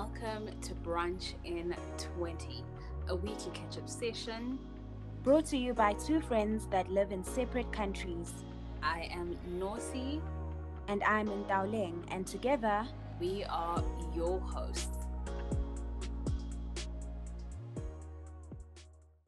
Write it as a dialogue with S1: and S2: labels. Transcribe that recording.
S1: welcome to Brunch in 20, a weekly catch up session
S2: brought to you by two friends that live in separate countries.
S1: I am Norsi.
S2: And I'm in Daoleng, and together
S1: we are your hosts.